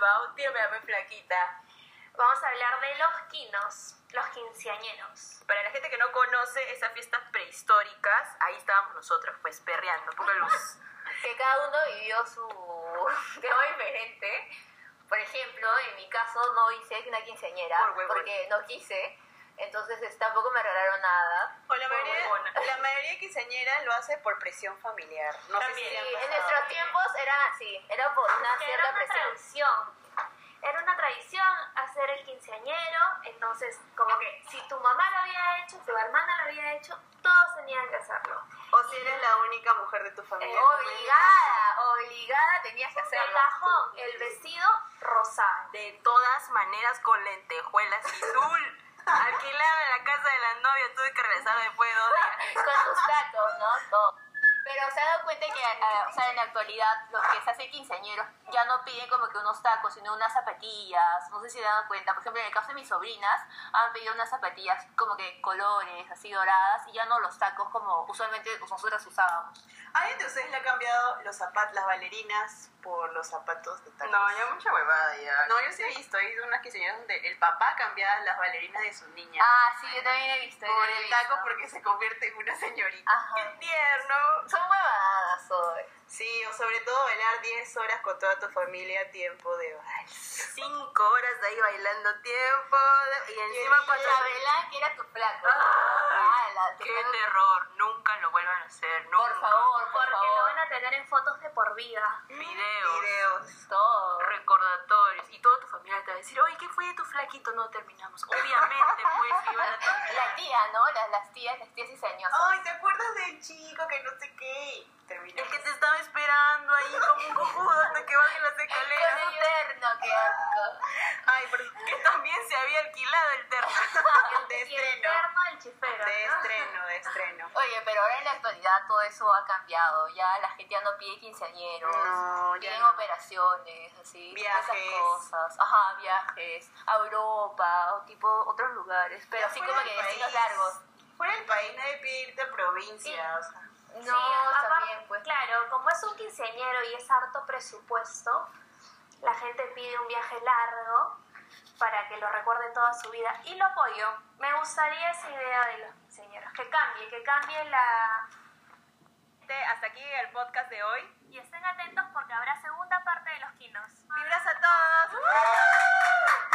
Bautia, me llamo flaquita. Vamos a hablar de los quinos, los quinceañeros. Para la gente que no conoce esas fiestas prehistóricas, ahí estábamos nosotros, pues perreando, poca luz. que cada uno vivió su tema diferente. Por ejemplo, en mi caso no hice una quinceañera Por huevón. porque no quise, entonces es- tampoco me regalaron nada. O la Por huevona. mayoría, la mayoría de quinceañeras lo hace por presión familiar. No sé También. si Sí, le han en pasado. nuestros tiempos era así, era por una Que era Ah, cierta una presión. tradición. Era una tradición hacer el quinceañero, entonces como que si tu mamá lo había hecho, tu hermana lo había hecho, todos tenían que hacerlo. O si eres la única mujer de tu familia. Obligada, obligada tenías que De hacerlo. cajón, el vestido rosado. De todas maneras, con lentejuelas y tul. Alquilaba la casa de la novia, tuve que regresar después de dos días. con sus datos, ¿no? Todo. Pero se ha dado cuenta que eh, o sea, en la actualidad los que se hacen quinceañeros ya no piden como que unos tacos, sino unas zapatillas. No sé si se dan cuenta. Por ejemplo, en el caso de mis sobrinas, han pedido unas zapatillas como que colores, así doradas, y ya no los tacos como usualmente nosotras usábamos. ¿Alguien de ustedes le ha cambiado los zapatos, las bailarinas, por los zapatos de tacos? No, ya mucha huevada ya. No, yo sí he visto, he visto unas quinceañeras donde el papá cambiaba las bailarinas de su niña Ah, sí, yo también he visto. por el taco porque se convierte en una señorita. Ajá. ¡Qué tierno! Son huevadas hoy. Sí, o sobre todo bailar 10 horas con toda tu familia a tiempo de vals. Cinco horas de ahí bailando tiempo. de- Y encima cuando... La vela que era tu plato. Ah, Ala, tu ¡Qué plato. terror! Nunca lo vuelvan a hacer, nunca. Por favor, por Porque lo favor. van a tener en fotos de por vida. Videos. Videos. Todo. recordatorios y toda tu familia te va a decir, oye, ¿qué fue de tu flaquito? No terminamos. Obviamente, pues, iban a terminar. La tía, ¿no? Las, las tías, las tías diseñosas. Ay, ¿te acuerdas del chico que no sé qué? Terminó. El que te estaba esperando ahí como un cojudo hasta que bajen las Con escaleras. el terno, qué asco. Ay, pero Que también se había alquilado el terno. de Y el estreno. terno, el chifero. De ¿no? estreno, de estreno. Oye, pero ahora en la actualidad todo eso ha cambiado. Ya la gente ya no pide quinceañeros. No, ya piden no. operaciones, así. Viajes. Esas cosas. Ajá, viajes. A Europa, o tipo otros lugares. Pero Ya así fuera como que del destinos país. largos. Fuera del país nadie pide irte a provincia, o sea. No, Sí, aparte, también, pues. Claro, como es un quinceañero y es harto presupuesto, la gente pide un viaje largo para que lo recuerde toda su vida. Y lo apoyo. Me gustaría esa idea de los quinceañeros. Que cambie, que cambie la... Hasta aquí el podcast de hoy. Y estén atentos porque habrá segunda parte de los quinos. ¡Vibras a todos!